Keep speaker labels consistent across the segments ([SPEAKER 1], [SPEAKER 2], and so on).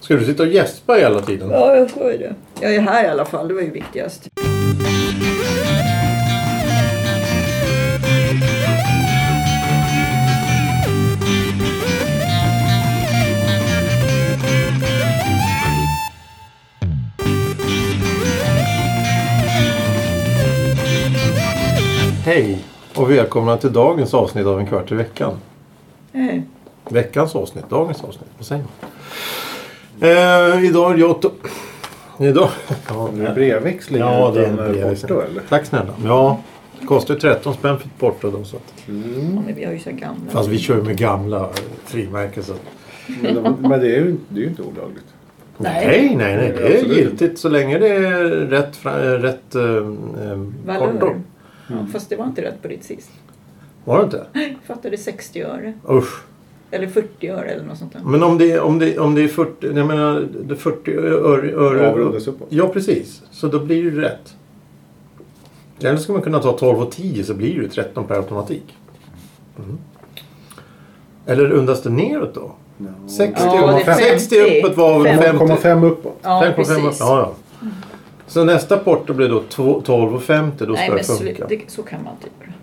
[SPEAKER 1] Ska du sitta och gäspa hela tiden?
[SPEAKER 2] Ja, jag ska ju det. Jag är här i alla fall, det var ju viktigast.
[SPEAKER 1] Hej och välkomna till dagens avsnitt av En kvart i veckan.
[SPEAKER 2] Eh,
[SPEAKER 1] Veckans avsnitt, dagens avsnitt. Vad säger man? Eh, idag är jag Otto. Idag...
[SPEAKER 3] Ja, det är brevväxling
[SPEAKER 1] Ja, det är en
[SPEAKER 3] utan, eh,
[SPEAKER 1] brevväxling.
[SPEAKER 3] porto eller?
[SPEAKER 1] Tack snälla. Ja, det kostar ju 13 spänn för ett porto då. Så att...
[SPEAKER 2] Ja, men vi har ju så gamla.
[SPEAKER 1] Fast vi kör ju med gamla eh, frimärken. Så... att-
[SPEAKER 3] Men, det- men det, är ju, det är ju inte olagligt.
[SPEAKER 2] Nej.
[SPEAKER 1] nej, nej, nej. Det är
[SPEAKER 3] Absolut.
[SPEAKER 1] giltigt så länge det är rätt, fra... eh, rätt eh, eh, porto.
[SPEAKER 2] Valör. Ja, fast det var inte rätt på ditt sist.
[SPEAKER 1] Var det inte?
[SPEAKER 2] Jag fattade 60 öre.
[SPEAKER 1] Usch.
[SPEAKER 2] Eller 40 öre eller något sånt där.
[SPEAKER 1] Men om det, är- om det, om det är 40, jag menar, det är 40 öre... öre
[SPEAKER 3] Avrundas uppåt.
[SPEAKER 1] Ja, precis. Så då blir det rätt. Eller ska man kunna ta 12 och 10 så blir det 13 per automatik. Mm. Eller undas det neråt då? 60,
[SPEAKER 2] Ja, det är
[SPEAKER 1] 60
[SPEAKER 2] 50.
[SPEAKER 1] uppåt var väl 50?
[SPEAKER 3] 0,5 uppåt.
[SPEAKER 2] Ja,
[SPEAKER 1] 5,5
[SPEAKER 2] precis.
[SPEAKER 1] Ja, ja. Så nästa porto blir då 2 12 och 50. Då
[SPEAKER 2] Nej,
[SPEAKER 1] ska
[SPEAKER 2] men
[SPEAKER 1] det
[SPEAKER 2] slut,
[SPEAKER 1] funka.
[SPEAKER 2] det, så kan man inte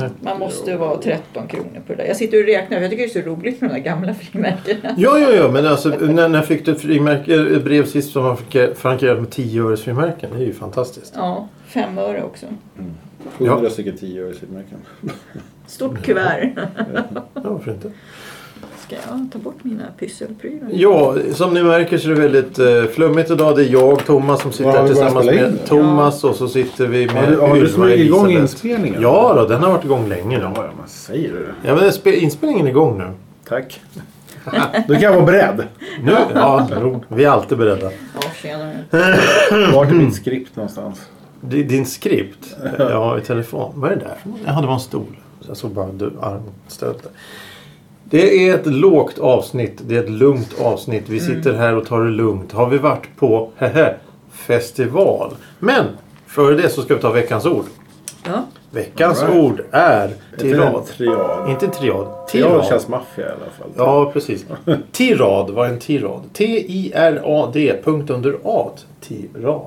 [SPEAKER 2] göra. Man måste vara 13 kronor på det där. Jag sitter och räknar för jag tycker det är så roligt med de där gamla frimärkena.
[SPEAKER 1] Ja, ja, ja, men alltså när, när fick du ett frimärke, ett brev sist som var franke- frankerat med 10 öres frimärken? Det är ju fantastiskt.
[SPEAKER 2] Ja, 5 öre också.
[SPEAKER 3] 100 stycken 10 öre silvermärken.
[SPEAKER 2] Stort kuvert.
[SPEAKER 1] Ja, varför inte?
[SPEAKER 2] Ska jag ta bort mina pysselprylar?
[SPEAKER 1] Ja, som ni märker så är det väldigt eh, flummigt idag. Det är jag, Thomas, som sitter
[SPEAKER 3] Ja,
[SPEAKER 1] här
[SPEAKER 3] vi börjar
[SPEAKER 1] tillsammans
[SPEAKER 3] spela in
[SPEAKER 1] med
[SPEAKER 3] nu.
[SPEAKER 1] Thomas och så sitter vi med
[SPEAKER 3] Har du, har du
[SPEAKER 1] Ylva
[SPEAKER 3] smugit igång
[SPEAKER 1] Elisabeth.
[SPEAKER 3] inspelningen?
[SPEAKER 1] Ja, då, den har varit igång länge nu.
[SPEAKER 3] ja, man säger det.
[SPEAKER 1] Ja, men spe- inspelningen är igång nu.
[SPEAKER 3] Tack. Då kan jag vara beredd.
[SPEAKER 1] nu ja, vi är alltid beredda.
[SPEAKER 2] Ja, tjenare.
[SPEAKER 3] Vart är mitt skript någonstans?
[SPEAKER 1] Di- Din skript? Ja, i telefon. Vad är det där? Jaha, det var en stol. Jag såg bara du armstöt där. Det är ett lågt avsnitt. Det är ett lugnt avsnitt. Vi
[SPEAKER 3] Mm.
[SPEAKER 1] sitter här och tar det lugnt. Har vi varit på hehe, festival? Men före det så ska vi ta veckans ord.
[SPEAKER 2] Ja,
[SPEAKER 1] Veckans
[SPEAKER 3] All right.
[SPEAKER 1] ord är tirad.
[SPEAKER 3] Triad.
[SPEAKER 1] Inte triad.
[SPEAKER 3] Triad
[SPEAKER 1] Tirad.
[SPEAKER 3] känns maffia i alla fall.
[SPEAKER 1] Ja, precis. Tirad var en tirad. T-I-R-A-D. Punkt under A. Tirad.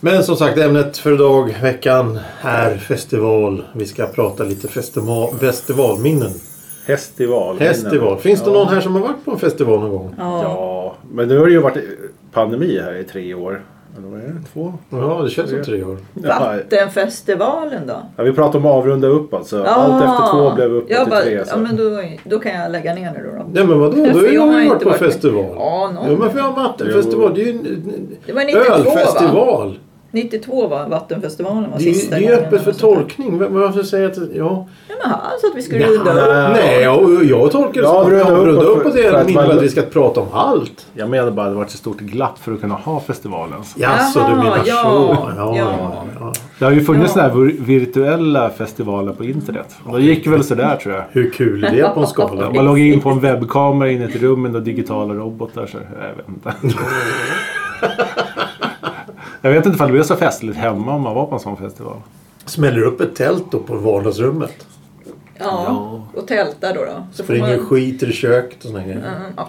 [SPEAKER 1] Men som sagt, ämnet för idag, veckan, är festival. Vi ska prata lite festima- festivalminnen.
[SPEAKER 3] Festival.
[SPEAKER 1] Festival. Finns det
[SPEAKER 3] Ja.
[SPEAKER 1] någon här som har varit på en festival någon gång?
[SPEAKER 3] Ja, men nu har det ju varit pandemi här i tre år. Eller vad är det? Två?
[SPEAKER 1] Ja, det känns som tre år.
[SPEAKER 3] Ja,
[SPEAKER 2] Vattenfestivalen då?
[SPEAKER 3] Ja, vi pratar om att avrunda upp alltså. Allt
[SPEAKER 1] Ah.
[SPEAKER 3] efter två blev upp
[SPEAKER 2] jag
[SPEAKER 3] till
[SPEAKER 2] bara,
[SPEAKER 3] tre. Så.
[SPEAKER 2] Ja, men då, då kan jag lägga ner det då. då.
[SPEAKER 1] Nej men vadå, då
[SPEAKER 2] För
[SPEAKER 1] har
[SPEAKER 2] jag har
[SPEAKER 1] jag ju
[SPEAKER 2] inte
[SPEAKER 1] varit på
[SPEAKER 2] varit med.
[SPEAKER 1] festival.
[SPEAKER 2] Ja, någon.
[SPEAKER 1] Jo men för jag har varit på en
[SPEAKER 3] Jo.
[SPEAKER 1] festival. Det är ju en- en
[SPEAKER 2] Det var 92 va?
[SPEAKER 1] ölfestival.
[SPEAKER 2] 92 var Vattenfestivalen var
[SPEAKER 1] Det är ju- det
[SPEAKER 2] sista
[SPEAKER 1] är ju
[SPEAKER 2] gången
[SPEAKER 1] öppet för
[SPEAKER 2] och sånt där.
[SPEAKER 1] torkning. Vem- Varför säger jag att... Ja.
[SPEAKER 2] Ja, men han sa att vi skulle runda upp.
[SPEAKER 3] Ja.
[SPEAKER 1] Nej, jag, jag tolkar det
[SPEAKER 3] Ja,
[SPEAKER 1] som att vi
[SPEAKER 3] runda
[SPEAKER 1] avrundar
[SPEAKER 3] uppåt
[SPEAKER 1] uppåt
[SPEAKER 3] för- för
[SPEAKER 1] igen.
[SPEAKER 3] att
[SPEAKER 1] Menar
[SPEAKER 3] man-
[SPEAKER 1] att vi ska prata om allt?
[SPEAKER 3] Jag menar bara att det varit så stort glapp för att kunna ha festivalen.
[SPEAKER 1] Jaså, du
[SPEAKER 2] Jaha,
[SPEAKER 1] menar
[SPEAKER 2] ja,
[SPEAKER 1] så. Ja, ja,
[SPEAKER 2] ja.
[SPEAKER 1] ja.
[SPEAKER 3] Det har ju funnits
[SPEAKER 2] Ja.
[SPEAKER 3] såna här vir- virtuella festivaler på internet. De gick väl sådär tror jag.
[SPEAKER 1] Hur kul är det på en skala?
[SPEAKER 3] Man loggar in på en webbkamera in i ett rum med några digitala robotar. Så jag vet inte. jag vet inte om det blir så festligt hemma om man var på en sån festival.
[SPEAKER 1] Smäller upp ett tält då på vardagsrummet.
[SPEAKER 2] Ja, och tälta då. då. Så får
[SPEAKER 1] Springer
[SPEAKER 2] man
[SPEAKER 1] skit i köket och såna grejer.
[SPEAKER 2] Mm, ja.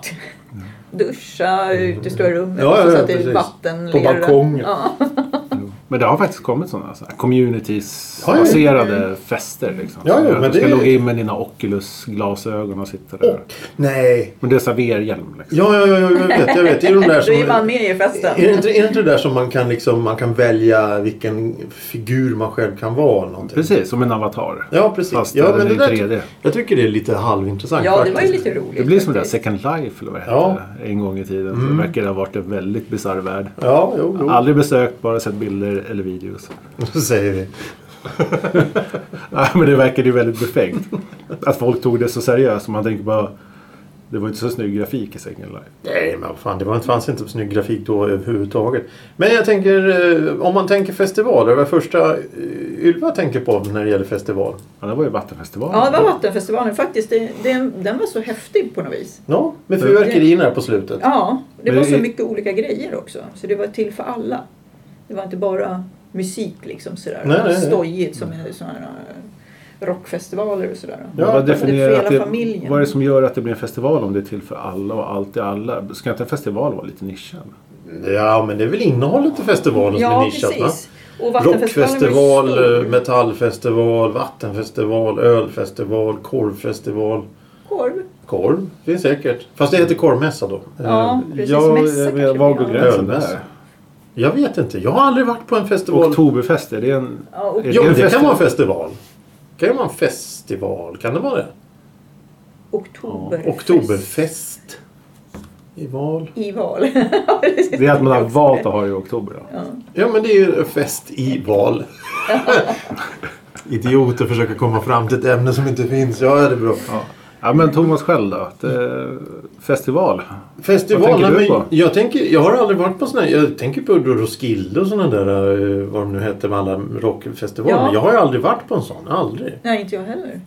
[SPEAKER 2] duscha ut i stora rummet
[SPEAKER 1] Ja,
[SPEAKER 2] så
[SPEAKER 1] ja, ja,
[SPEAKER 2] att det är
[SPEAKER 1] precis.
[SPEAKER 2] vattenlera.
[SPEAKER 1] På balkongen.
[SPEAKER 2] Ja.
[SPEAKER 3] Men det har faktiskt kommit sådana
[SPEAKER 1] Ja,
[SPEAKER 3] så här
[SPEAKER 1] ja, ja.
[SPEAKER 3] communities-baserade fester. Liksom.
[SPEAKER 1] Ja, ja,
[SPEAKER 3] Så att
[SPEAKER 1] men
[SPEAKER 3] du ska
[SPEAKER 1] det-
[SPEAKER 3] logga in med dina Oculus-glasögon och sitta där.
[SPEAKER 1] Och, nej.
[SPEAKER 3] Men det är så här VR-hjälm. Liksom.
[SPEAKER 1] Ja, ja, ja, ja, jag vet, jag vet. Det är de där
[SPEAKER 2] Då är
[SPEAKER 1] som...
[SPEAKER 2] man med i festen.
[SPEAKER 1] Är det, inte, är det inte det där som man kan, liksom, man kan välja vilken figur man själv kan vara? eller Någonting?
[SPEAKER 3] Precis, som en avatar.
[SPEAKER 1] Ja, precis.
[SPEAKER 3] Fast
[SPEAKER 1] ja,
[SPEAKER 3] den är i
[SPEAKER 1] det där-
[SPEAKER 3] 3D.
[SPEAKER 1] Jag tycker det är lite halvintressant
[SPEAKER 2] Ja, det var ju
[SPEAKER 1] faktiskt.
[SPEAKER 2] lite roligt.
[SPEAKER 3] Det blir som det där
[SPEAKER 2] faktiskt.
[SPEAKER 3] Second Life eller vad det
[SPEAKER 1] Ja.
[SPEAKER 3] hette en gång i tiden.
[SPEAKER 2] Mm.
[SPEAKER 3] Det verkar ha varit en väldigt bisarr värld.
[SPEAKER 1] Ja, jo, jo.
[SPEAKER 3] Aldrig besökt, bara sett bilder eller videos.
[SPEAKER 1] Så säger vi.
[SPEAKER 3] Nej, men det verkade ju väldigt befängt. Att folk tog det så seriöst. Man tänker bara, det var inte så snygg grafik i Second Life.
[SPEAKER 1] Nej, men vad fan, det var inte, fanns inte så snygg grafik då överhuvudtaget. Men jag tänker, eh, om man tänker festivaler, vad är första eh, Ylva tänker på när det gäller festival?
[SPEAKER 3] Ja, det var ju Vattenfestivalen.
[SPEAKER 2] Ja, det var Vattenfestivalen faktiskt. Det, det, den var så häftig på något vis.
[SPEAKER 1] Ja, med
[SPEAKER 2] Mm.
[SPEAKER 1] fyrverkerierna här på slutet.
[SPEAKER 2] Ja, det
[SPEAKER 3] Men
[SPEAKER 2] var
[SPEAKER 3] det-
[SPEAKER 2] så mycket olika grejer också. Så det var till för alla. Det var inte bara musik liksom sådär.
[SPEAKER 1] Nej, nej, nej.
[SPEAKER 2] Stojigt som en sån här eh, rockfestivaler och sådär.
[SPEAKER 3] Ja, vad
[SPEAKER 2] det är för hela
[SPEAKER 3] definierar att det,
[SPEAKER 2] familjen.
[SPEAKER 3] vad är det som gör att det blir en festival om det är till för alla och allt i alla? Ska inte en festival vara lite nischad?
[SPEAKER 1] Ja, men det är väl innehållet i festivalen som är
[SPEAKER 2] Ja,
[SPEAKER 1] nischat va?
[SPEAKER 2] precis. Och vattenfestivalen var ju
[SPEAKER 1] Rockfestival,
[SPEAKER 2] stor.
[SPEAKER 1] eh, metallfestival, vattenfestival, ölfestival, korvfestival.
[SPEAKER 2] Korv.
[SPEAKER 1] Korv finns säkert. Fast det heter korvmässa då.
[SPEAKER 2] Ja,
[SPEAKER 1] Eh,
[SPEAKER 2] precis.
[SPEAKER 3] Ja,
[SPEAKER 2] Mässa
[SPEAKER 3] jag vet-
[SPEAKER 2] kanske
[SPEAKER 3] var
[SPEAKER 2] vi
[SPEAKER 3] går
[SPEAKER 2] har.
[SPEAKER 3] gränsen
[SPEAKER 1] Ölmässa.
[SPEAKER 3] där?
[SPEAKER 1] Jag vet inte. Jag har aldrig varit på en festival.
[SPEAKER 3] Oktoberfest, är det en...
[SPEAKER 2] Ja, och-
[SPEAKER 3] är
[SPEAKER 1] Jo,
[SPEAKER 3] en
[SPEAKER 1] men det kan
[SPEAKER 3] festival?
[SPEAKER 1] vara en festival. Kan det vara en festival? Kan det vara det?
[SPEAKER 2] Oktoberfest.
[SPEAKER 1] Oktoberfest. I val.
[SPEAKER 2] I val.
[SPEAKER 3] Det är att man har valt att ha det i oktober. Då.
[SPEAKER 1] Ja, men det är ju en fest i val. Idioter försöker komma fram till ett ämne som inte finns. Ja, det är bra.
[SPEAKER 3] Ja. Ja, men Thomas själv då? Att, eh, festival?
[SPEAKER 1] Festival?
[SPEAKER 3] Vad tänker
[SPEAKER 1] nej,
[SPEAKER 3] du
[SPEAKER 1] men
[SPEAKER 3] på?
[SPEAKER 1] Jag, tänker, jag har aldrig varit på såna här. Jag tänker på Doroskilde och såna där eh, vad de nu hette med alla rockfestivaler.
[SPEAKER 2] Ja.
[SPEAKER 1] Men jag har ju aldrig varit på en sån. Aldrig.
[SPEAKER 2] Nej, inte jag heller.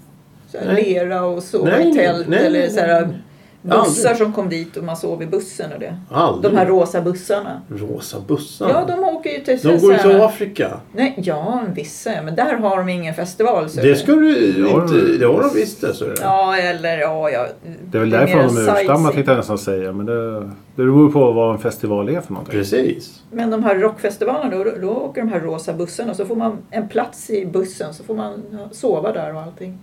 [SPEAKER 2] Så här,
[SPEAKER 1] Nej.
[SPEAKER 2] Lera och sova
[SPEAKER 1] Nej,
[SPEAKER 2] i tält
[SPEAKER 1] nej,
[SPEAKER 2] eller
[SPEAKER 1] nej,
[SPEAKER 2] så här,
[SPEAKER 1] nej.
[SPEAKER 2] bussar
[SPEAKER 1] Aldrig.
[SPEAKER 2] som kom dit och man sov i bussen och det.
[SPEAKER 1] Aldrig.
[SPEAKER 2] De här rosa bussarna.
[SPEAKER 1] Rosa bussarna.
[SPEAKER 2] Ja, de åker ju till...
[SPEAKER 1] de
[SPEAKER 2] så
[SPEAKER 1] går ju
[SPEAKER 2] här-
[SPEAKER 1] till Afrika.
[SPEAKER 2] Nej, ja, vissa ja, men där har de ingen festival. Så
[SPEAKER 1] Det ska du
[SPEAKER 3] Det har de.
[SPEAKER 1] inte... Det har de visst alltså.
[SPEAKER 2] Ja, eller ja, ja.
[SPEAKER 3] Det är väl
[SPEAKER 2] mer
[SPEAKER 3] därför
[SPEAKER 2] en
[SPEAKER 3] de är urstammat
[SPEAKER 2] sightseeing.
[SPEAKER 3] tänkte jag nästan säga. Men det, det beror på vad en festival är för någonting.
[SPEAKER 1] Precis.
[SPEAKER 2] Men de här rockfestivalerna, då, då åker de här rosa bussarna och så får man en plats i bussen så får man sova där och allting.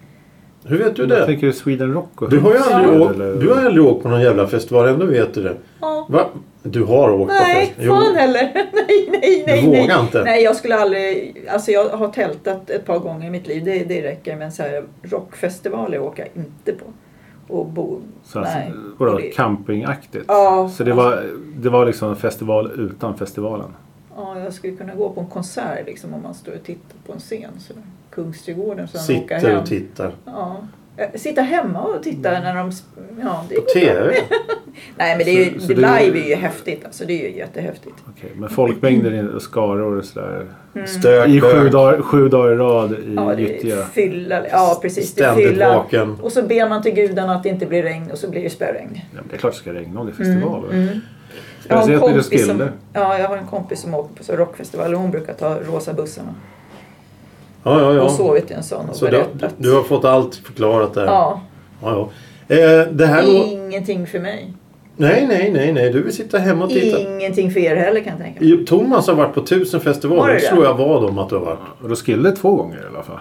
[SPEAKER 1] Hur vet du
[SPEAKER 3] Jag
[SPEAKER 1] det?
[SPEAKER 3] tänker ju Sweden Rock och
[SPEAKER 1] Du har ju aldrig,
[SPEAKER 3] Ja.
[SPEAKER 1] åkt, du har aldrig åkt på någon jävla festival. Ändå vet du det.
[SPEAKER 2] Ja.
[SPEAKER 1] Va? Du har åkt på
[SPEAKER 2] Nej,
[SPEAKER 1] fest. Jo.
[SPEAKER 2] fan heller. nej, nej, nej.
[SPEAKER 1] Du
[SPEAKER 2] nej.
[SPEAKER 1] vågar inte?
[SPEAKER 2] Nej, jag skulle aldrig... Alltså jag har tältat ett par gånger i mitt liv, det, det räcker. Men så här, rockfestivaler åker jag inte på. Och bo...
[SPEAKER 3] Så alltså,
[SPEAKER 2] nej.
[SPEAKER 3] vadå,
[SPEAKER 2] Och det-
[SPEAKER 3] campingaktigt.
[SPEAKER 2] Ja.
[SPEAKER 3] så det var, det var liksom en festival utan festivalen.
[SPEAKER 2] Ja, jag skulle kunna gå på en konsert liksom om man står och tittar på en scen. Så där. Kungsträdgården, sen åka
[SPEAKER 1] Sitter
[SPEAKER 2] hem.
[SPEAKER 1] och tittar. Mm.
[SPEAKER 2] Ja. Eh, Sitta hemma och titta när de... sp- Ja, det är
[SPEAKER 1] På TV?
[SPEAKER 2] Mm. Nej, men det är ju,
[SPEAKER 3] Så- så det-
[SPEAKER 2] live är ju häftigt. Alltså, det är ju jättehäftigt. Mm.
[SPEAKER 3] Okej, men folkmängder och skaror och sådär.
[SPEAKER 1] Stök,
[SPEAKER 3] I sju
[SPEAKER 1] bök,
[SPEAKER 3] dagar, sju dagar i rad i
[SPEAKER 2] Ja, det är
[SPEAKER 3] Gyttja.
[SPEAKER 2] fylla. Ja, precis. Det är
[SPEAKER 1] Ständigt
[SPEAKER 2] fylla.
[SPEAKER 1] vaken.
[SPEAKER 2] Och så ber man till gudarna att det inte blir regn och så blir det spöregn.
[SPEAKER 3] Ja, men det är klart det ska regna om det är
[SPEAKER 2] Mm,
[SPEAKER 3] festival. va?
[SPEAKER 2] Jag har, en
[SPEAKER 3] Speciellt när det är
[SPEAKER 2] kompis som,
[SPEAKER 3] Roskilde.
[SPEAKER 2] ja, jag har en kompis som åker på så rockfestival och hon brukar ta rosa bussarna.
[SPEAKER 1] Ja, ja,
[SPEAKER 2] Hon
[SPEAKER 1] ja.
[SPEAKER 2] har sovit i en sån och
[SPEAKER 1] Så du,
[SPEAKER 2] berättat.
[SPEAKER 1] du har fått allt förklarat där.
[SPEAKER 2] Ja,
[SPEAKER 1] ja, ja. Eh, det här lå-
[SPEAKER 2] ingenting för mig.
[SPEAKER 1] Nej, nej, nej, nej. Du vill sitta hemma och titta.
[SPEAKER 2] Ingenting för er heller kan jag tänka mig.
[SPEAKER 1] Jo, Thomas har varit på tusen
[SPEAKER 2] Har
[SPEAKER 1] festivaler.
[SPEAKER 2] du
[SPEAKER 1] Det
[SPEAKER 2] det?
[SPEAKER 1] tror jag vad om att du har varit.
[SPEAKER 3] Roskilde två gånger i alla fall.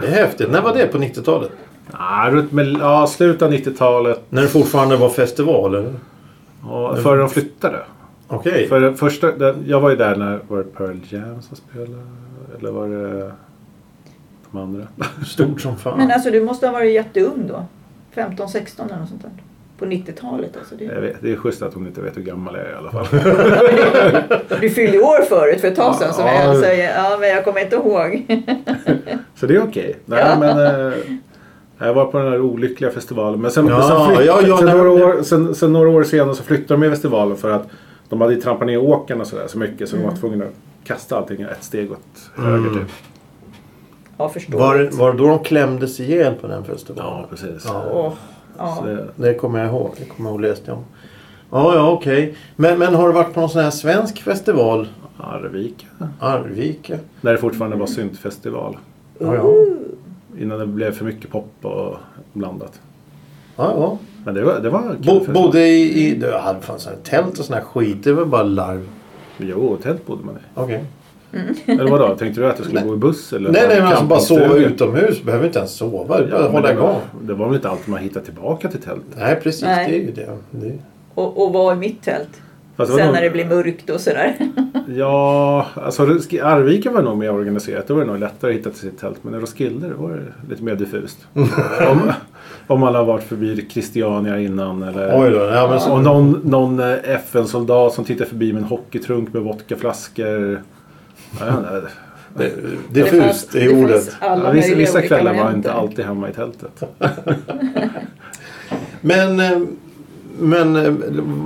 [SPEAKER 1] Det är häftigt. När var det? På 90-talet?
[SPEAKER 3] Nej, runt med, ja, slutet av 90-talet.
[SPEAKER 1] När det fortfarande var festival? eller? Mm.
[SPEAKER 3] Ja, före de flyttade.
[SPEAKER 1] Okej.
[SPEAKER 3] För det första, den- jag var ju där när var det Pearl Jam som spelade. Eller var det de andra?
[SPEAKER 1] Stort som
[SPEAKER 2] Men
[SPEAKER 1] fan.
[SPEAKER 2] alltså du måste ha varit jätteung då? 15, 16 eller något sånt där. På 90-talet alltså.
[SPEAKER 3] Jag
[SPEAKER 2] Det,
[SPEAKER 3] vet, det är schysst att hon inte vet hur gammal jag är i alla fall.
[SPEAKER 2] du fyllde år förut för ett tag sedan som
[SPEAKER 3] Ja.
[SPEAKER 2] jag säger. Ja, men jag kommer inte ihåg.
[SPEAKER 3] Så det är okej. Nej, men... Eh, jag var på den här olyckliga festivalen. Men sen,
[SPEAKER 1] Ja,
[SPEAKER 3] sen, flytt-
[SPEAKER 1] ja, ja,
[SPEAKER 3] sen,
[SPEAKER 1] nej,
[SPEAKER 3] några
[SPEAKER 1] men-
[SPEAKER 3] år, sen, sen några år senare så flyttade de ju festivalen för att de hade ju trampat ner åkern och sådär så mycket så de var tvungna att kasta allting ett steg åt
[SPEAKER 1] Mm.
[SPEAKER 3] höger typ.
[SPEAKER 2] Ja, förstår.
[SPEAKER 1] Var, var det då de klämdes ihjäl på den festivalen?
[SPEAKER 3] Ja, precis.
[SPEAKER 1] Ja.
[SPEAKER 2] Åh,
[SPEAKER 3] Så
[SPEAKER 2] ja.
[SPEAKER 3] det,
[SPEAKER 1] Det kommer jag ihåg. Det kommer jag ihåg läste jag om. Ja, ja, okej. Men, men har du varit på någon sån här svensk festival?
[SPEAKER 3] Arvika.
[SPEAKER 1] Arvika?
[SPEAKER 3] När det fortfarande var syntfestival.
[SPEAKER 2] Uh.
[SPEAKER 1] Ja, ja.
[SPEAKER 3] Innan det blev för mycket pop och blandat.
[SPEAKER 1] ja, ja.
[SPEAKER 3] Men det var, det var kul
[SPEAKER 1] Bo,
[SPEAKER 3] fest.
[SPEAKER 1] bodde i... i det hade fan sån här tält och sån här skit. Det var bara larv.
[SPEAKER 3] Jo, tält bodde man i.
[SPEAKER 1] Okej.
[SPEAKER 3] Eller vadå? Tänkte du att du skulle gå i buss? Eller
[SPEAKER 1] Nej, nej, men alltså bara
[SPEAKER 3] campingstuga?
[SPEAKER 1] sova utomhus. Behöver inte ens sova. Du
[SPEAKER 3] Ja,
[SPEAKER 1] bara
[SPEAKER 3] men
[SPEAKER 1] hålla
[SPEAKER 3] det var-
[SPEAKER 1] igång.
[SPEAKER 3] Det var väl inte alltid man hittade tillbaka till tält.
[SPEAKER 1] Nej, precis.
[SPEAKER 2] Nej.
[SPEAKER 1] Det är ju det. det är...
[SPEAKER 2] Och, och var i mitt tält.
[SPEAKER 3] Fast
[SPEAKER 2] Sen
[SPEAKER 3] var
[SPEAKER 2] när det
[SPEAKER 3] nog,
[SPEAKER 2] blir mörkt och sådär.
[SPEAKER 3] Ja, alltså Rosk- Arvika var nog mer organiserat. Det var det nog lättare att hitta till sitt tält. Men i Roskilde det var det lite mer diffust. om, om alla har varit förbi Christiania innan eller...
[SPEAKER 1] Oj då. Ja, men
[SPEAKER 3] Eh, Och
[SPEAKER 1] så...
[SPEAKER 3] någon, någon eh, FN-soldat som tittar förbi med en hockeytrunk med vodkaflaskor. Ja, jag vet inte.
[SPEAKER 1] Diffust
[SPEAKER 2] Det
[SPEAKER 1] är
[SPEAKER 2] fanns
[SPEAKER 1] ordet.
[SPEAKER 2] alla
[SPEAKER 3] Ja, vissa,
[SPEAKER 2] möjliga
[SPEAKER 3] vissa
[SPEAKER 2] olika
[SPEAKER 3] kvällar var jag
[SPEAKER 2] varianter.
[SPEAKER 3] inte alltid hemma i tältet.
[SPEAKER 1] Men, eh, men eh,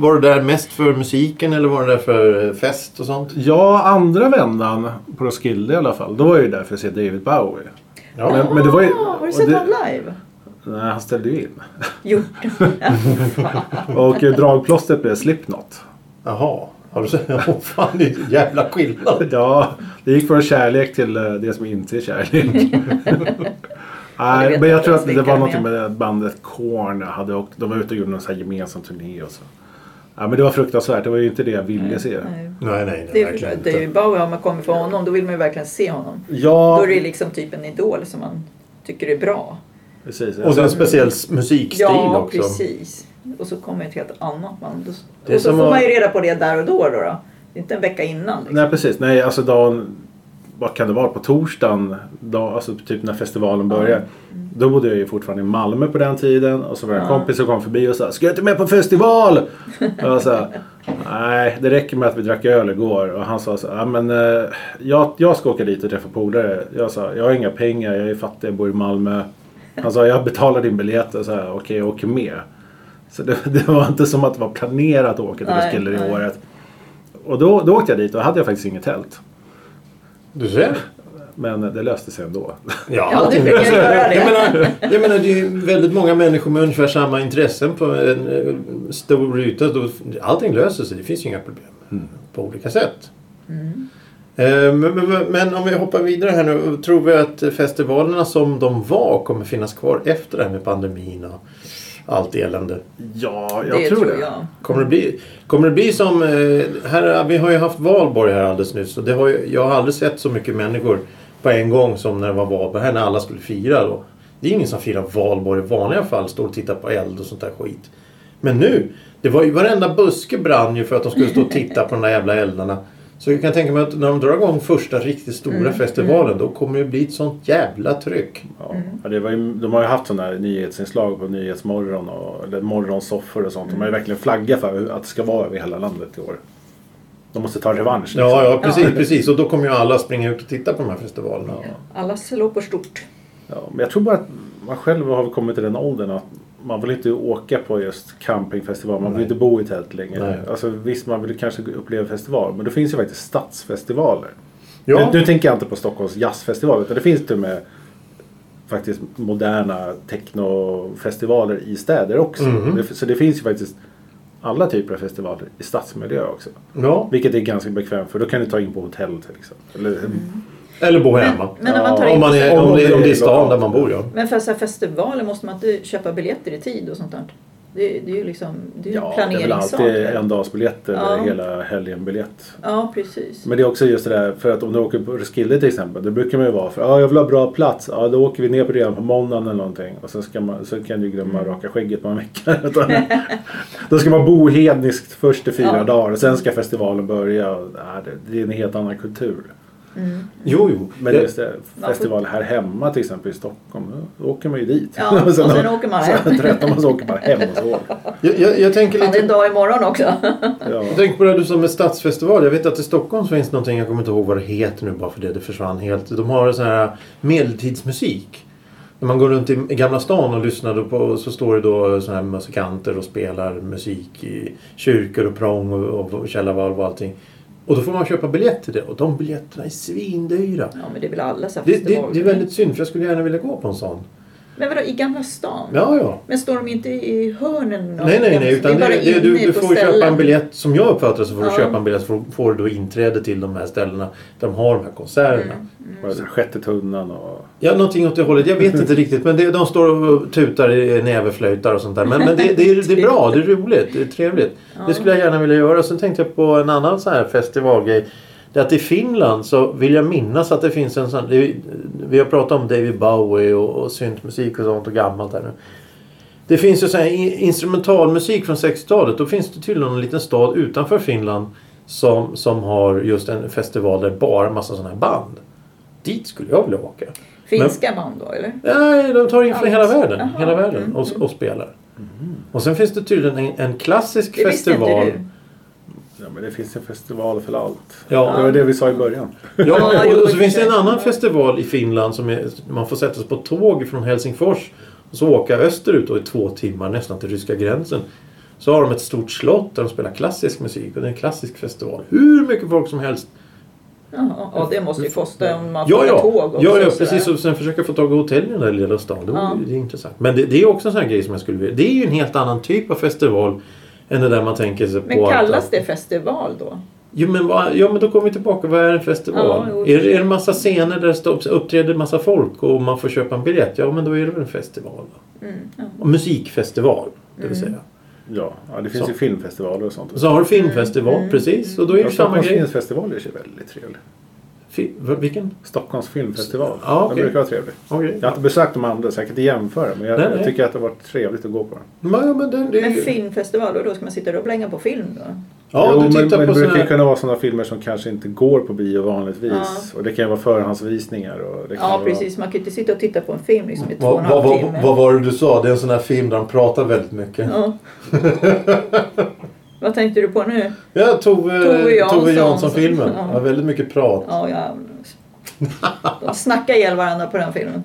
[SPEAKER 1] var du där mest för musiken eller var du där för fest och sånt?
[SPEAKER 3] Ja, andra vändan på Roskilde i alla fall. Då var jag ju där för att se David Bowie.
[SPEAKER 1] Ja.
[SPEAKER 3] Men, men det var ju...
[SPEAKER 2] Ah, har du
[SPEAKER 3] och
[SPEAKER 2] sett
[SPEAKER 3] det-
[SPEAKER 2] honom live?
[SPEAKER 3] Nej, han ställde ju in.
[SPEAKER 2] Jo.
[SPEAKER 3] Och eh, dragplåstret blev Slipknot.
[SPEAKER 1] Jaha. Har du sett? Åh fan, det är en jävla skillnad.
[SPEAKER 3] Ja, det gick från kärlek till eh, det som inte är kärlek.
[SPEAKER 2] Ja, det
[SPEAKER 3] Nej,
[SPEAKER 2] vet
[SPEAKER 3] men
[SPEAKER 2] jag inte
[SPEAKER 3] jag tror att det
[SPEAKER 2] ens vilka
[SPEAKER 3] var
[SPEAKER 2] de
[SPEAKER 3] något
[SPEAKER 2] är.
[SPEAKER 3] med det bandet Korn. Hade, och de var ute och gjorde någon så här gemensam turné och så. Ja, men det var fruktansvärt. Det var ju inte det jag ville se.
[SPEAKER 2] Nej.
[SPEAKER 1] Nej, nej, nej
[SPEAKER 2] Det är
[SPEAKER 1] verkligen
[SPEAKER 2] förstås.
[SPEAKER 1] inte.
[SPEAKER 2] David Bowie, om man kommer från honom, då vill man ju verkligen se honom. Då
[SPEAKER 3] Ja,
[SPEAKER 2] är det liksom typ en idol som man tycker är bra.
[SPEAKER 3] precis.
[SPEAKER 1] Och så
[SPEAKER 3] Alltså,
[SPEAKER 1] en speciell s- musikstil
[SPEAKER 2] Ja,
[SPEAKER 1] också.
[SPEAKER 2] precis. Och så kommer ett helt annat man. Då-
[SPEAKER 1] Det är
[SPEAKER 2] Och så
[SPEAKER 1] som
[SPEAKER 2] får
[SPEAKER 1] att-
[SPEAKER 2] man ju reda på det där och då. då, då. Det är inte en vecka innan. Liksom.
[SPEAKER 3] Nej, precis. Nej, alltså dagen... Vad kan det vara? På torsdagen, dag, alltså typ när festivalen börjar. Då bodde jag ju fortfarande i Malmö på den tiden. Och så var det en
[SPEAKER 2] Ja.
[SPEAKER 3] kompis som kom förbi och sa Ska du inte med på festival? och jag sa Nej, det räcker med att vi drack öl igår. Och han sa så ja, men eh, jag, jag ska åka dit och träffa polare. Jag sa Jag har inga pengar, jag är fattig, jag bor i Malmö. Han sa Jag betalar din biljett. Och så här, Okej, jag åker med. Så det, det var inte som att det var planerat att åka till
[SPEAKER 2] Nej,
[SPEAKER 3] Roskilde
[SPEAKER 2] nej.
[SPEAKER 3] i året. Och då, då åkte jag dit och hade jag faktiskt inget tält.
[SPEAKER 1] Du ser.
[SPEAKER 3] Men det löste sig ändå.
[SPEAKER 1] Ja,
[SPEAKER 2] Ja, du
[SPEAKER 1] allting-
[SPEAKER 2] brukar göra det.
[SPEAKER 1] Jag menar, jag menar, det är ju väldigt många människor med ungefär samma intressen på en eh, stor yta. Då allting löser sig. Det finns ju inga problem. På olika sätt.
[SPEAKER 2] Mm.
[SPEAKER 1] Eh, Men, men, men om vi hoppar vidare här nu. Tror vi att festivalerna som de var kommer finnas kvar efter det här med pandemin och allt elände?
[SPEAKER 3] Ja, jag tror, det.
[SPEAKER 2] jag.
[SPEAKER 1] Kommer det bli, kommer det bli som... eh, Här, vi har ju haft valborg här alldeles nyss. Och det har ju, jag har aldrig sett så mycket människor på en gång som när det var valborg. Här när alla skulle fira då. Det är ingen som firar valborg i vanliga fall. Står och tittar på eld och sånt där skit. Men nu! Det var ju varenda buske brann ju för att de skulle stå och titta på de där jävla eldarna. Så jag kan tänka mig att när de drar igång första riktigt stora festivalen då kommer det bli ett sånt jävla tryck.
[SPEAKER 3] Ja. Ja, det var ju, de har ju haft sådana här nyhetsinslag på Nyhetsmorgon och eller morgonsoffor och sånt. De har ju verkligen flaggat för hur- att det ska vara över hela landet i år. De måste ta revansch. liksom.
[SPEAKER 1] Ja, ja precis,
[SPEAKER 2] Ja.
[SPEAKER 1] precis. Och då kommer ju alla springa ut och titta på de här festivalerna.
[SPEAKER 2] Alla slår på stort.
[SPEAKER 3] Ja, men jag tror bara att man själv har kommit till den åldern att man vill inte åka på just campingfestival. Man vill
[SPEAKER 1] Nej.
[SPEAKER 3] inte bo i tält längre.
[SPEAKER 1] Nej.
[SPEAKER 3] Alltså, visst, man vill kanske uppleva festival. Men det finns ju faktiskt stadsfestivaler.
[SPEAKER 1] Ja.
[SPEAKER 3] Nu, nu tänker jag inte på Stockholms jazzfestival. Utan det finns till och med faktiskt moderna technofestivaler i städer också.
[SPEAKER 1] Mhm.
[SPEAKER 3] Det, så det finns ju faktiskt alla typer av festivaler i stadsmiljö också.
[SPEAKER 1] Ja.
[SPEAKER 3] Vilket är ganska bekvämt för då kan du ta in på hotell till exempel. Eller,
[SPEAKER 1] Eller bo hemma.
[SPEAKER 2] Men när man tar
[SPEAKER 1] om,
[SPEAKER 2] in
[SPEAKER 1] man är, om, det, om det är stan där man bor ja.
[SPEAKER 2] Men för så här festivaler måste man inte köpa biljetter i tid och sånt där. Det, det är ju liksom det är ju en
[SPEAKER 3] Ja, det är väl
[SPEAKER 2] planeringssak.
[SPEAKER 3] alltid en dagsbiljett eller
[SPEAKER 2] Ja.
[SPEAKER 3] hela helgen-biljett.
[SPEAKER 2] Ja, precis.
[SPEAKER 3] Men det är också just det där, för att om du åker på Roskilde till exempel, då brukar man ju vara för ja, jag vill ha bra plats, ja då åker vi ner på det redan på måndagen eller någonting. Och sen ska man, så kan du ju glömma att
[SPEAKER 2] Mm.
[SPEAKER 3] raka skägget på en vecka. Utan- då ska man bo hedniskt först i fyra
[SPEAKER 2] Ja.
[SPEAKER 3] dagar och sen ska festivalen börja. Och, nej, det, det är en helt annan kultur.
[SPEAKER 1] Jo, jo.
[SPEAKER 3] Men
[SPEAKER 1] det,
[SPEAKER 3] just det,
[SPEAKER 2] får-
[SPEAKER 3] festival här hemma till exempel i Stockholm, då åker man ju dit.
[SPEAKER 2] Ja, och sen åker man hem.
[SPEAKER 3] Sen tröttnar man så åker man hem och så.
[SPEAKER 1] jag, jag, jag tänker
[SPEAKER 2] Fan, det är en
[SPEAKER 1] lite...
[SPEAKER 2] dag imorgon också.
[SPEAKER 3] Ja.
[SPEAKER 1] Jag tänker på det du sa med stadsfestival. Jag vet att i Stockholm så finns någonting, jag kommer inte ihåg vad det heter nu bara för det, det försvann helt. De har sån här medeltidsmusik. När man går runt i Gamla stan och lyssnar då på, så står det då såna här musikanter och spelar musik i kyrkor och prång och, och källarvalv och allting. Och då får man köpa biljett till det och de biljetterna är svindyra.
[SPEAKER 2] Ja, men det är väl alla så här
[SPEAKER 1] Det, det,
[SPEAKER 2] festivaler.
[SPEAKER 1] det är väldigt synd för jag skulle gärna vilja gå på en sån.
[SPEAKER 2] Men vadå, i Gamla stan?
[SPEAKER 1] Ja, ja.
[SPEAKER 2] Men står de inte i hörnen? av
[SPEAKER 1] Nej, nej,
[SPEAKER 2] Gamla
[SPEAKER 1] nej.
[SPEAKER 2] stan?
[SPEAKER 1] Utan det,
[SPEAKER 2] bara
[SPEAKER 1] det, du,
[SPEAKER 2] inne
[SPEAKER 1] du
[SPEAKER 2] på
[SPEAKER 1] får köpa
[SPEAKER 2] ställen.
[SPEAKER 1] en biljett, som jag uppfattar det, så får du
[SPEAKER 2] Ja.
[SPEAKER 1] köpa en biljett så får du då inträde till de här ställena där de har de här konserterna.
[SPEAKER 2] Mm.
[SPEAKER 3] Bara så här, Sjätte tunnan och...
[SPEAKER 1] Ja, någonting åt det hållet. Jag vet inte riktigt. Men det, de står och tutar i näverflöjtar och sånt där. Men, men det, det, är, det är bra. Det är roligt. Det är trevligt. Det skulle jag gärna vilja göra. Sen tänkte jag på en annan sån här festivalgrej. Det är att i Finland så vill jag minnas att det finns en sån... det är- Vi har pratat om David Bowie och, och syntmusik och sånt och gammalt här nu. Det finns ju sån här i- instrumentalmusik från 60-talet. Då finns det tydligen en liten stad utanför Finland som, som har just en festival där bara massa såna här band. Dit skulle jag vilja åka.
[SPEAKER 2] Finska band då, eller?
[SPEAKER 1] Nej, de tar in från
[SPEAKER 2] Allt.
[SPEAKER 1] hela världen,
[SPEAKER 2] Jaha,
[SPEAKER 1] hela världen och, och spelar. Och sen finns det tydligen en, en klassisk
[SPEAKER 2] Det visste inte
[SPEAKER 1] festival.
[SPEAKER 2] du.
[SPEAKER 3] Ja, men det finns en festival för allt.
[SPEAKER 1] Ja.
[SPEAKER 3] Det var det vi sa i början.
[SPEAKER 1] Ja,
[SPEAKER 2] jo,
[SPEAKER 1] och,
[SPEAKER 2] i
[SPEAKER 1] och
[SPEAKER 2] och
[SPEAKER 1] så
[SPEAKER 2] för
[SPEAKER 1] finns det en
[SPEAKER 2] sig.
[SPEAKER 1] annan festival i Finland som är, man får sätta sig på tåg från Helsingfors och så åka österut då i två timmar nästan till ryska gränsen. Så har de ett stort slott där de spelar klassisk musik och det är en klassisk festival. Hur mycket folk som helst.
[SPEAKER 2] Jaha, ja, det måste ju kosta om man
[SPEAKER 1] Ja,
[SPEAKER 2] tar
[SPEAKER 1] ja.
[SPEAKER 2] tåg också.
[SPEAKER 1] ja, ja
[SPEAKER 2] sådär.
[SPEAKER 1] precis. Och sen försöka få tag i hotell i den där lilla stan. Det, vore-
[SPEAKER 2] Ja.
[SPEAKER 1] det är intressant. Men det, det är också en sån här grej som jag skulle vilja... Det är ju en helt annan typ av festival än det där man tänker sig
[SPEAKER 2] Men
[SPEAKER 1] på. att-
[SPEAKER 2] kallas det festival då?
[SPEAKER 1] Jo men, vad, ja, men då kommer vi tillbaka. Vad är en festival?
[SPEAKER 2] Ja, jo.
[SPEAKER 1] är, det- är det massa scener där det står- uppträder massa folk och man får köpa en biljett? Ja men då är det väl en festival. Då.
[SPEAKER 2] Mm,
[SPEAKER 1] Och Musikfestival, det vill säga.
[SPEAKER 3] Ja, ja det finns
[SPEAKER 1] Så.
[SPEAKER 3] ju filmfestivaler och sånt.
[SPEAKER 1] Så har du filmfestival,
[SPEAKER 2] Mm,
[SPEAKER 1] precis. Och då är det
[SPEAKER 3] Ja,
[SPEAKER 1] samma
[SPEAKER 3] Stockholms
[SPEAKER 1] grej.
[SPEAKER 3] filmfestival är ju väldigt trevlig.
[SPEAKER 1] Fi- va- vilken?
[SPEAKER 3] Stockholms filmfestival.
[SPEAKER 1] Ja, okej.
[SPEAKER 3] Den brukar vara trevlig.
[SPEAKER 1] Okej.
[SPEAKER 3] Jag har inte besökt de andra, så jag kan inte jämföra. Men jag,
[SPEAKER 1] Nej, nej.
[SPEAKER 3] jag tycker att det har varit trevligt att gå på den.
[SPEAKER 1] Men, ja, men, den, det är
[SPEAKER 2] Men
[SPEAKER 1] ju-
[SPEAKER 2] filmfestival, och då ska man sitta och blänga på film då?
[SPEAKER 1] Ja,
[SPEAKER 3] jo,
[SPEAKER 1] du
[SPEAKER 3] men,
[SPEAKER 1] tittar
[SPEAKER 3] men
[SPEAKER 1] på
[SPEAKER 3] det brukar ju
[SPEAKER 1] sådana
[SPEAKER 3] kunna vara sådana filmer som kanske inte går på bio vanligtvis. Och det kan ju vara förhandsvisningar. Och det kan
[SPEAKER 2] Ja,
[SPEAKER 3] vara...
[SPEAKER 2] precis. Man kan ju inte sitta och titta på en film liksom, i två och
[SPEAKER 1] Vad,
[SPEAKER 2] en
[SPEAKER 1] vad,
[SPEAKER 2] halv
[SPEAKER 1] vad,
[SPEAKER 2] timme.
[SPEAKER 1] vad var det du sa? Det är en sån här film där de pratar väldigt mycket.
[SPEAKER 2] Ja. vad tänkte du på nu?
[SPEAKER 1] Ja, Tove,
[SPEAKER 2] Tove Jansson.
[SPEAKER 1] Tove Jansson-filmen.
[SPEAKER 2] Ja.
[SPEAKER 1] Ja. väldigt mycket prat.
[SPEAKER 2] Ja, ja. De snackade ihjäl varandra på den filmen.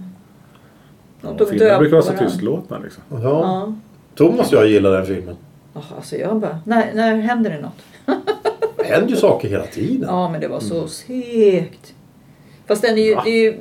[SPEAKER 2] De
[SPEAKER 3] Ja,
[SPEAKER 2] tog
[SPEAKER 3] filmer
[SPEAKER 2] död
[SPEAKER 3] brukar
[SPEAKER 2] på
[SPEAKER 3] vara så
[SPEAKER 2] varandra.
[SPEAKER 3] tystlåtna liksom.
[SPEAKER 1] Ja.
[SPEAKER 2] Ja.
[SPEAKER 1] Thomas och jag gillar den filmen.
[SPEAKER 2] Oh, alltså jag bara, när, när händer det något?
[SPEAKER 1] Det händer ju saker hela tiden.
[SPEAKER 2] Ja, men det var
[SPEAKER 1] Mm.
[SPEAKER 2] så segt. Fast den är ju... Det är ju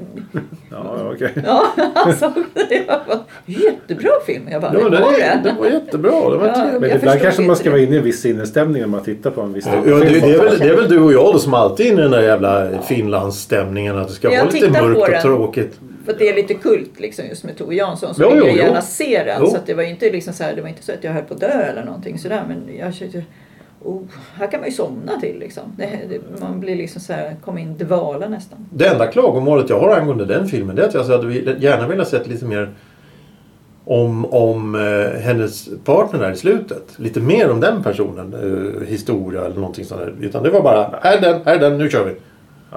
[SPEAKER 3] Ja, ja, okej.
[SPEAKER 2] ja, alltså, det var bara, jättebra film. Jag bara,
[SPEAKER 1] Ja,
[SPEAKER 2] det
[SPEAKER 1] den
[SPEAKER 2] var
[SPEAKER 1] är,
[SPEAKER 2] det.
[SPEAKER 1] den var jättebra. Den var
[SPEAKER 2] Ja.
[SPEAKER 1] trevlig.
[SPEAKER 3] Men
[SPEAKER 2] Jag
[SPEAKER 3] ibland
[SPEAKER 2] förstod
[SPEAKER 3] kanske man
[SPEAKER 2] inte
[SPEAKER 3] ska
[SPEAKER 2] det.
[SPEAKER 3] vara inne i en viss sinnesstämning när man tittar på en viss
[SPEAKER 1] Ja, det, det, är väl, det är väl du och jag då som alltid är inne i den där jävla Finlandsstämningen. Att det ska
[SPEAKER 2] Jag
[SPEAKER 1] vara lite
[SPEAKER 2] tittar på
[SPEAKER 1] mörkt
[SPEAKER 2] den.
[SPEAKER 1] och tråkigt.
[SPEAKER 2] För att det är lite kult liksom, just med Tove Jansson. Så
[SPEAKER 1] Jo,
[SPEAKER 2] vill
[SPEAKER 1] jo,
[SPEAKER 2] jag
[SPEAKER 1] jo.
[SPEAKER 2] gärna se den.
[SPEAKER 1] Jo.
[SPEAKER 2] Så att det, var ju inte liksom så här, det var inte så att jag höll på att dö eller någonting sådär. Men jag kände, oh, här kan man ju somna till liksom. Det, det, man blir liksom så här, kom in i dvala nästan.
[SPEAKER 1] Det enda klagomålet jag har angående den filmen det är att jag så hade vi- gärna velat sett lite mer om, om eh, hennes partner där i slutet. Lite mer om den personen. Eh, historia eller någonting sånt där. Utan det var bara, här är den, här är den, nu kör vi.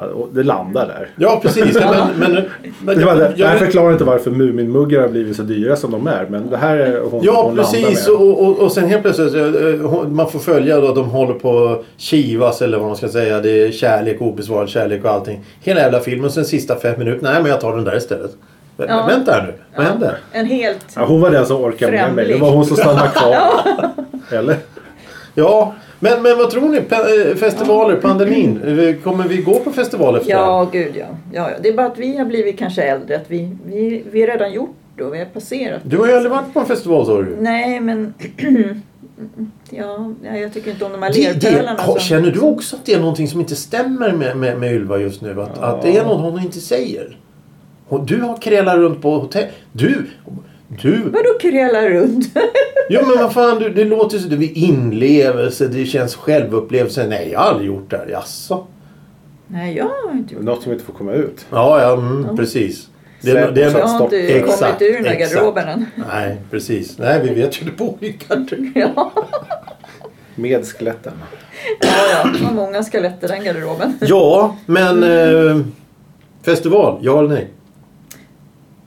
[SPEAKER 3] Ja, och det landar där.
[SPEAKER 1] Ja precis. Men, men, men,
[SPEAKER 3] Det var det.
[SPEAKER 1] jag-
[SPEAKER 3] Jag förklarar inte varför Muminmuggar har blivit så dyra som de är. Men det här är hon
[SPEAKER 1] Ja
[SPEAKER 3] hon
[SPEAKER 1] precis
[SPEAKER 3] landar med.
[SPEAKER 1] och, och, och sen helt plötsligt eh, eh, hon- man får följa då att de håller på att kivas eller vad man ska säga. Det är kärlek, obesvarad kärlek och allting. Hela jävla filmen sen sista fem minuterna. Nej men jag tar den där istället. Vä-
[SPEAKER 2] Ja.
[SPEAKER 1] Vänta här nu. Vad händer?
[SPEAKER 2] En helt...
[SPEAKER 3] Ja, hon var den som orkade med mig. Det
[SPEAKER 2] Främling.
[SPEAKER 3] var hon som stannade kvar. Eller?
[SPEAKER 1] Ja. Men, men vad tror ni? Pe- eh, Festivaler, pandemin. Eh, Kommer vi gå på festival efter det här?
[SPEAKER 2] Ja, gud ja. ja, ja. Det är bara att vi har blivit kanske äldre. Att vi, vi, vi har redan gjort det och vi har passerat.
[SPEAKER 1] Du har ju aldrig varit på en festival sa du.
[SPEAKER 2] Nej, men... ja, alltså. nej, jag tycker inte om de här
[SPEAKER 1] Det, det,
[SPEAKER 2] lerpölarna.
[SPEAKER 1] har-
[SPEAKER 2] som-
[SPEAKER 1] känner du också att det är någonting som inte stämmer med, med, med Ylva just nu? Att, att det är något hon inte säger? Hon, du har krälat runt på hotell. Du! Du!
[SPEAKER 2] Vadå kräla runt?
[SPEAKER 1] Jo men vad fan, du, det låter så. Det är inlevelse, det känns självupplevelse. Nej, jag har aldrig gjort det här. Jaså?
[SPEAKER 2] nej, jag har inte gjort det.
[SPEAKER 3] Något som inte får komkomma ut.
[SPEAKER 1] Ja, ja, mm, precis. Det, är- det, är-
[SPEAKER 2] Jag har inte
[SPEAKER 1] Exakt,
[SPEAKER 2] kommit ur den där
[SPEAKER 1] exakt.
[SPEAKER 2] garderoben än.
[SPEAKER 1] Nej, precis. Nej, vi vet ju det på olika.
[SPEAKER 2] Ja,
[SPEAKER 3] Med skeletten.
[SPEAKER 2] ja, ja. Det var många skelett i den garderoben.
[SPEAKER 1] Ja, men...
[SPEAKER 2] Mm.
[SPEAKER 1] Eh, festival, ja eller nej?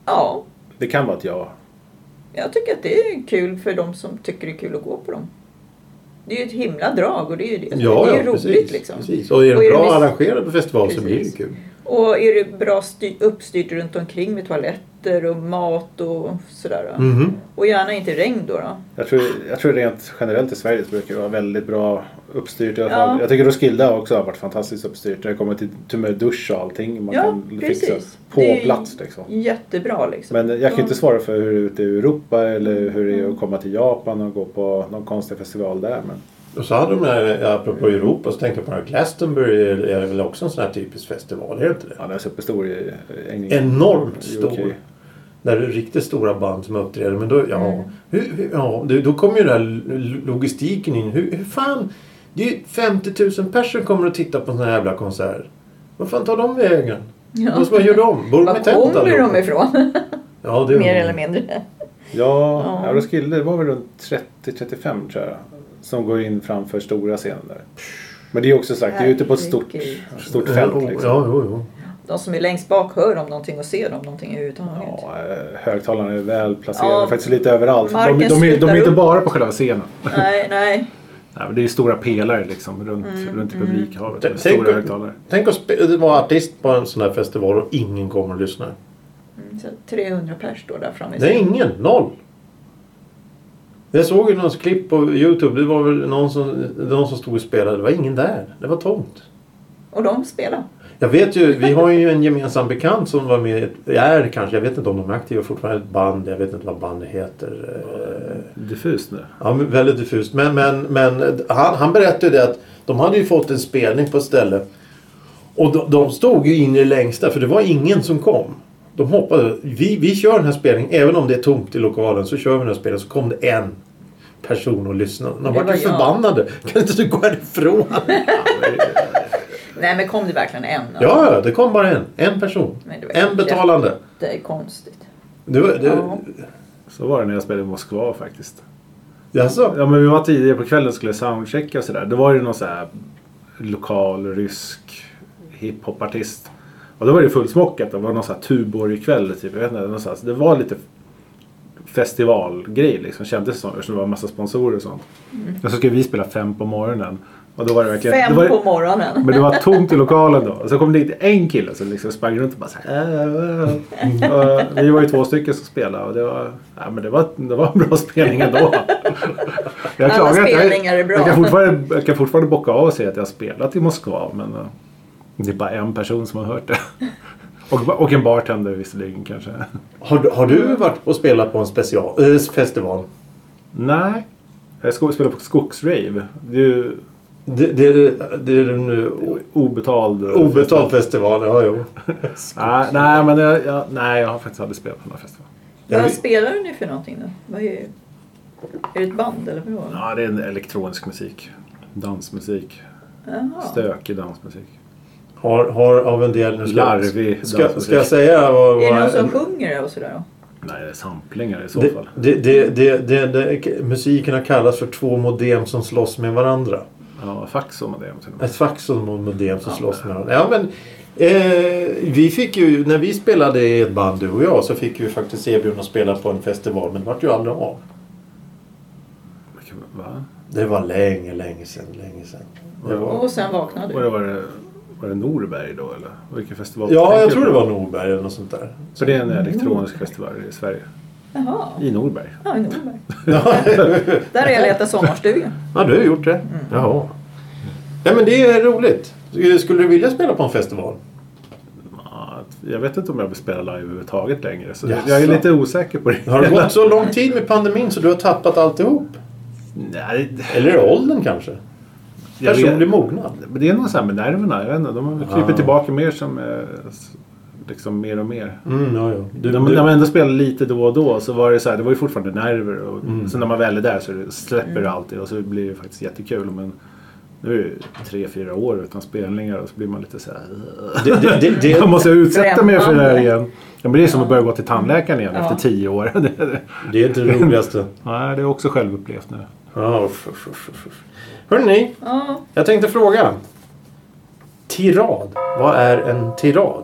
[SPEAKER 2] Ja,
[SPEAKER 3] Det kan vara ett ja.
[SPEAKER 2] jag tycker att det är kul för de som tycker det är kul att gå på dem. Det är ju ett himla drag och det är ju det. som- det är ju roligt
[SPEAKER 1] precis,
[SPEAKER 2] liksom.
[SPEAKER 1] precis. Och är
[SPEAKER 2] Och
[SPEAKER 1] det
[SPEAKER 2] är det
[SPEAKER 1] bra
[SPEAKER 2] miss-
[SPEAKER 1] arrangerad på festival så blir det ju
[SPEAKER 2] Precis.
[SPEAKER 1] kul.
[SPEAKER 2] Och är det bra sty- uppstyrt runt omkring med toaletter och mat och sådär.
[SPEAKER 1] Mhm.
[SPEAKER 2] Och gärna inte i regn då. då.
[SPEAKER 3] Jag tror, jag tror rent generellt i Sverige så brukar det vara väldigt bra uppstyrt. i alla
[SPEAKER 2] Ja.
[SPEAKER 3] fall. Jag tycker Roskilde också har varit fantastiskt uppstyrt. Det har kommit till, till och med dusch och allting. Man
[SPEAKER 2] Ja,
[SPEAKER 3] kan fixa
[SPEAKER 2] precis. Det är
[SPEAKER 3] på
[SPEAKER 2] ju-
[SPEAKER 3] plats liksom.
[SPEAKER 2] Jättebra liksom.
[SPEAKER 3] Men jag kan
[SPEAKER 2] Ja.
[SPEAKER 3] inte svara för hur det är ute i Europa eller hur det är att komma till Japan och gå på någon konstig festival där. Men
[SPEAKER 1] Och så hade de här, eh, apropå Europa, så tänkte jag på den här Glastonbury är är väl också en sån här typisk festival, är det inte det?
[SPEAKER 3] ja, den är superstor i eh, England.
[SPEAKER 1] Enormt
[SPEAKER 3] I UK.
[SPEAKER 1] stor. Där det är riktigt stora band som uppträder. Men då, ja,
[SPEAKER 2] Mm.
[SPEAKER 1] hur, hur, ja, det- då kommer ju den här lo- logistiken in. Hur, hur fan? Det är ju 50 000 personer kommer att titta på en sån här jävla konsert. Vad fan tar de vägen?
[SPEAKER 2] Ja.
[SPEAKER 1] Vad, vad gör de? Bor de i
[SPEAKER 2] Var
[SPEAKER 1] tält
[SPEAKER 2] kommer
[SPEAKER 1] allihopa?
[SPEAKER 2] de ifrån?
[SPEAKER 1] Ja, det är
[SPEAKER 2] Mer eller mindre.
[SPEAKER 3] Ja,
[SPEAKER 2] Ja.
[SPEAKER 3] ja. Roskilde det var väl runt 30-35 tror jag. Som går in framför stora scenen där. Men det är också sagt, det är ute på ett stort,
[SPEAKER 2] Herregud.
[SPEAKER 3] stort fält. Liksom.
[SPEAKER 1] Ja, jo, jo.
[SPEAKER 2] De som är längst bak hör om någonting och ser om någonting överhuvudtaget.
[SPEAKER 3] Ja, eh, högtalarna är väl placerade
[SPEAKER 2] Ja.
[SPEAKER 3] faktiskt lite överallt. De,
[SPEAKER 2] Marken
[SPEAKER 3] de, är, de
[SPEAKER 2] slutar
[SPEAKER 3] är inte
[SPEAKER 2] upp.
[SPEAKER 3] bara på själva scenen.
[SPEAKER 2] Nej, nej.
[SPEAKER 3] Nej, men det är stora pelare liksom runt,
[SPEAKER 2] Mm,
[SPEAKER 3] runt i publikhavet.
[SPEAKER 1] Tänk-
[SPEAKER 3] med Stora
[SPEAKER 1] tänk-
[SPEAKER 3] högtalare.
[SPEAKER 1] Tänk att spe- vara artist på en sån här festival och ingen kommer att lyssna.
[SPEAKER 2] Mm, Så 300 pers står där framme.
[SPEAKER 1] Det är ingen. Noll. Jag såg ju någons klipp på Youtube. Det var väl någon som, någon som stod och spelade. Det var ingen där. Det var tomt.
[SPEAKER 2] Och de spelar.
[SPEAKER 1] Jag vet ju, vi har ju en gemensam bekant som var med i ett- är kanske, jag vet inte om de är aktiva fortfarande, ett band, jag vet inte vad bandet heter. Eh,
[SPEAKER 3] Diffust nu.
[SPEAKER 1] Ja, men väldigt diffust. Men, men, men han, han berättade ju det att de hade ju fått en spelning på ett ställe. Och de, de stod ju in i det längsta för det var ingen som kom. De hoppade. Vi, vi kör den här spelningen, även om det är tomt i lokalen så kör vi den här spelningen. Så kom det en person och lyssnade. De
[SPEAKER 2] Det
[SPEAKER 1] var
[SPEAKER 2] var
[SPEAKER 1] ju
[SPEAKER 2] jag.
[SPEAKER 1] förbannade. Kan inte du gå härifrån?
[SPEAKER 2] Nej men kom det verkligen en?
[SPEAKER 1] ja, ja, det kom bara en. En person.
[SPEAKER 2] Men det var
[SPEAKER 1] En
[SPEAKER 2] jätte-
[SPEAKER 1] betalande.
[SPEAKER 2] Det är konstigt.
[SPEAKER 1] Det var, det,
[SPEAKER 2] Ja.
[SPEAKER 3] Så var det när jag spelade i Moskva faktiskt.
[SPEAKER 1] Jaså?
[SPEAKER 3] Ja men vi var tidigare på kvällen och skulle soundchecka och sådär. Då var det någon så här lokal rysk hiphopartist. Och då var det fullsmockat. Det var någon så här Tuborg-kväll typ. Jag vet inte, någonstans. Det var lite festivalgrej liksom kändes det som. Eftersom det var en massa sponsorer och sånt. Och så skulle vi spela fem på morgonen. Och då var det verkligen...
[SPEAKER 2] Mm. Fem
[SPEAKER 3] det var,
[SPEAKER 2] på morgonen.
[SPEAKER 3] Men det var tomt i lokalen då. Och så kom det dit en kille som liksom sprang runt och bara så här, "Äh, äh." Och Vi var ju två stycken som spelade och det var, ja, men det var, det var en bra spelning ändå. Jag
[SPEAKER 2] Alla
[SPEAKER 3] klagar inte. Jag-
[SPEAKER 2] spelningar är bra.
[SPEAKER 3] Jag kan fortfarande, jag kan fortfarande bocka av och säga att jag har spelat i Moskva men eh, det är bara en person som har hört det. Och, och en bartender visserligen kanske.
[SPEAKER 1] Har, du- har du varit och spelat på en special, eh, festival?
[SPEAKER 3] Nej. Jag ska spela på skogsrave. Det är ju
[SPEAKER 1] Det, det, är det, det är den nu
[SPEAKER 3] obetald...
[SPEAKER 1] Obetald festival, ja jo.
[SPEAKER 3] Nej, nej, men jag, jag, nej, jag har faktiskt aldrig spelat på den här festivalen.
[SPEAKER 1] Jag
[SPEAKER 2] Vad
[SPEAKER 1] vet-
[SPEAKER 2] spelar du nu för någonting då? Vad är, är det ett band eller vad var det?
[SPEAKER 3] Ja, det är en elektronisk musik. Dansmusik.
[SPEAKER 2] Jaha.
[SPEAKER 3] Stökig dansmusik.
[SPEAKER 1] Har, har av en del... Nu ska,
[SPEAKER 3] Larvig
[SPEAKER 1] ska,
[SPEAKER 3] dansmusik.
[SPEAKER 1] ska jag säga vad...
[SPEAKER 2] Är det någon
[SPEAKER 1] vad
[SPEAKER 2] som sjunger det och sådär? då?
[SPEAKER 3] Nej, det är samplingar i så
[SPEAKER 1] det,
[SPEAKER 3] fall.
[SPEAKER 1] det, det, det, det, det, musiken har kallats för två modem som slåss med varandra.
[SPEAKER 3] Ja, fax om det är till och med.
[SPEAKER 1] Ett fax och ett modem som slåss med varandra. Ja, men, eh, vi fick ju, när vi spelade i ett band du och jag så fick vi faktiskt erbjudande att spela på en festival men det vart ju aldrig av.
[SPEAKER 3] Va?
[SPEAKER 1] Det var länge, länge sedan. Länge sedan. Det var,
[SPEAKER 2] Och sen vaknade
[SPEAKER 3] Var
[SPEAKER 2] du?
[SPEAKER 3] det, var, det, var det Norberg då eller? Vilken festival?
[SPEAKER 1] ja,
[SPEAKER 3] tänker
[SPEAKER 1] jag
[SPEAKER 3] du
[SPEAKER 1] tror det
[SPEAKER 3] på?
[SPEAKER 1] var Norberg eller något sånt där.
[SPEAKER 3] För det är en elektronisk festival i Sverige.
[SPEAKER 2] Jaha.
[SPEAKER 3] I Norberg.
[SPEAKER 2] Ja, i Norberg. Där har jag letat sommarstuga.
[SPEAKER 1] Ja, du har gjort det. Jaha. Ja, men det är roligt. Skulle du vilja spela på en festival?
[SPEAKER 3] Ja, Jag vet inte om jag vill spela live överhuvudtaget längre. Så
[SPEAKER 1] Jaså?
[SPEAKER 3] jag är lite osäker på det.
[SPEAKER 1] Har det gått så lång tid med pandemin så du har tappat alltihop?
[SPEAKER 3] Nej,
[SPEAKER 1] Eller åldern kanske?
[SPEAKER 3] jag vet-
[SPEAKER 1] Personlig mognad?
[SPEAKER 3] Men Det är något så här med nerverna. Jag vet inte, de har kryper
[SPEAKER 1] Ah.
[SPEAKER 3] tillbaka mer som... eh, s- Liksom mer och mer.
[SPEAKER 1] Mm, ja, ja. Du,
[SPEAKER 3] När man,
[SPEAKER 1] du,
[SPEAKER 3] när man ändå spelade lite då och då så var det så här, det var ju fortfarande nerver. Och,
[SPEAKER 1] Mm.
[SPEAKER 3] Så när man väl är där så det- släpper
[SPEAKER 2] Mm.
[SPEAKER 3] det alltid och så blir det faktiskt jättekul. Men nu är det tre, fyra år utan spelningar och så blir man lite så här...
[SPEAKER 1] det, det, det,
[SPEAKER 3] Jag
[SPEAKER 1] det,
[SPEAKER 3] måste jag utsätta mig för det här
[SPEAKER 2] Främmande.
[SPEAKER 3] igen. Ja, men det är som att börja gå till tandläkaren igen
[SPEAKER 2] Ja.
[SPEAKER 3] efter tio år. Det- det-
[SPEAKER 1] det är inte det roligaste.
[SPEAKER 3] Nej, det är också självupplevt nu.
[SPEAKER 1] Ja, uff, uff, uff, uff, uff. Hörrni,
[SPEAKER 2] Ja,
[SPEAKER 1] jag tänkte fråga. Tirad. Vad är en tirad?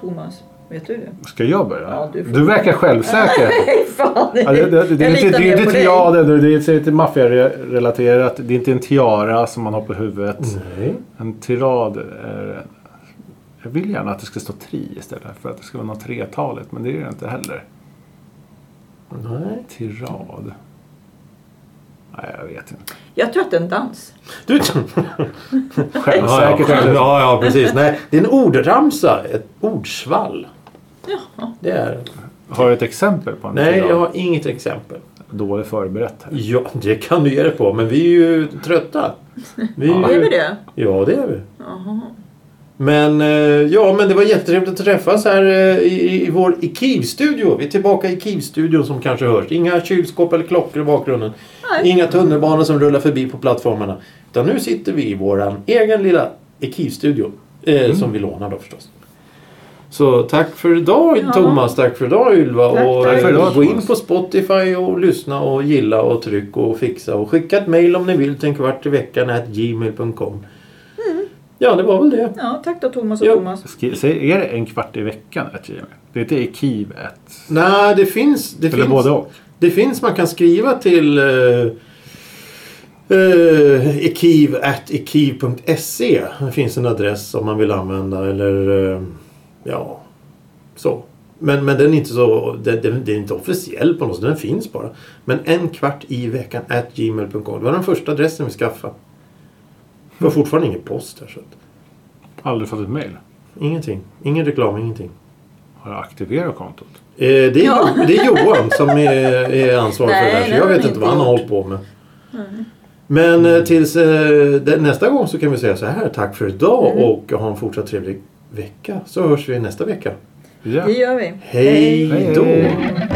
[SPEAKER 2] Thomas. Vet du det?
[SPEAKER 3] Ska jag börja?
[SPEAKER 2] Ja, du
[SPEAKER 3] du,
[SPEAKER 2] får-
[SPEAKER 3] verkar självsäker.
[SPEAKER 2] Nej, fan.
[SPEAKER 3] Ja, det, det, det, det,
[SPEAKER 2] jag
[SPEAKER 3] är
[SPEAKER 2] litar
[SPEAKER 3] inte- det, det,
[SPEAKER 2] mer
[SPEAKER 3] det,
[SPEAKER 2] på
[SPEAKER 3] det,
[SPEAKER 2] dig.
[SPEAKER 3] ja, det, det är inte maffiarelaterat. Det är inte en tiara som man har på huvudet.
[SPEAKER 1] Nej.
[SPEAKER 3] En tirad är... Jag vill gärna att det ska stå tri istället för att det ska vara något tretaligt. Men det är det inte heller.
[SPEAKER 1] Nej.
[SPEAKER 3] Tirad. Nej, jag vet inte.
[SPEAKER 2] Jag tror att det är en dans.
[SPEAKER 1] Du, ja,
[SPEAKER 3] Självsäkert.
[SPEAKER 1] ja,
[SPEAKER 3] eller?
[SPEAKER 1] ja, ja, precis. Nej, det är en ordramsa. Ett ordsvall.
[SPEAKER 2] Jaha.
[SPEAKER 1] Det är
[SPEAKER 3] Har du ett exempel på en
[SPEAKER 1] Nej,
[SPEAKER 3] tirad?
[SPEAKER 1] jag har inget exempel.
[SPEAKER 3] Dåligt förberett här.
[SPEAKER 1] Ja, det kan du ge dig på. Men vi är ju trötta. Vi
[SPEAKER 3] Ja.
[SPEAKER 1] är
[SPEAKER 2] Är vi
[SPEAKER 1] ju...
[SPEAKER 2] det?
[SPEAKER 1] Ja, det är vi.
[SPEAKER 2] Jaha.
[SPEAKER 1] Men, eh, ja, men det var jättetrevligt att träffas här eh, i, i vår i Kivstudio. Vi är tillbaka i Kivstudion som kanske hörs. Inga kylskåp eller klockor i bakgrunden.
[SPEAKER 2] Nej.
[SPEAKER 1] Inga tunnelbanor som rullar förbi på plattformarna. Utan nu sitter vi i vår egen lilla Kivstudio. Eh, Som vi lånar då förstås. Så tack för idag
[SPEAKER 2] Ja.
[SPEAKER 1] Thomas, tack för idag Ylva.
[SPEAKER 2] Tack,
[SPEAKER 1] och
[SPEAKER 2] tack.
[SPEAKER 1] eh,
[SPEAKER 3] Tack för idag,
[SPEAKER 1] gå in
[SPEAKER 3] Thomas.
[SPEAKER 1] på Spotify och lyssna och gilla och tryck och fixa. Och skicka ett mail om ni vill till en kvart i veckan at gmail.com.
[SPEAKER 2] Mm.
[SPEAKER 1] Ja, det var väl det.
[SPEAKER 2] Ja, tack då Thomas och
[SPEAKER 1] Ja.
[SPEAKER 2] Thomas.
[SPEAKER 3] Skri- Säg, är det en kvart i veckan? Ett Gmail? det är inte i Kiev ett...
[SPEAKER 1] Nej, det finns. Det
[SPEAKER 3] Eller
[SPEAKER 1] finns,
[SPEAKER 3] både och?
[SPEAKER 1] Det finns, man kan skriva till uh, uh, ekiv.ekiv.se. Det finns en adress om man vill använda eller eh, ja, så. Men, men den är inte så, den, den, den är inte officiell på något sätt, den finns bara. Men en kvart i veckan at gmail.com. Det var den första adressen vi skaffade. Vi har fortfarande ingen post här så att...
[SPEAKER 3] Aldrig fått ett mail?
[SPEAKER 1] Ingenting. Ingen reklam, ingenting.
[SPEAKER 3] Har jag aktiverat kontot?
[SPEAKER 1] Eh, det, är,
[SPEAKER 2] Ja.
[SPEAKER 1] Jo- det är Johan som är, är ansvarig för det här.
[SPEAKER 2] Nej,
[SPEAKER 1] Så
[SPEAKER 2] det
[SPEAKER 1] jag
[SPEAKER 2] har
[SPEAKER 1] vet
[SPEAKER 2] han
[SPEAKER 1] inte vad
[SPEAKER 2] inte
[SPEAKER 1] han har
[SPEAKER 2] gjort. Mm.
[SPEAKER 1] hållit på med. Men eh, tills eh, det- nästa gång så kan vi säga så här. Tack för idag
[SPEAKER 2] Mm.
[SPEAKER 1] och ha en fortsatt trevlig vecka. Så hörs vi nästa vecka.
[SPEAKER 3] Ja.
[SPEAKER 2] Det gör vi.
[SPEAKER 1] Hej
[SPEAKER 3] Hej.
[SPEAKER 1] då!
[SPEAKER 3] Hej.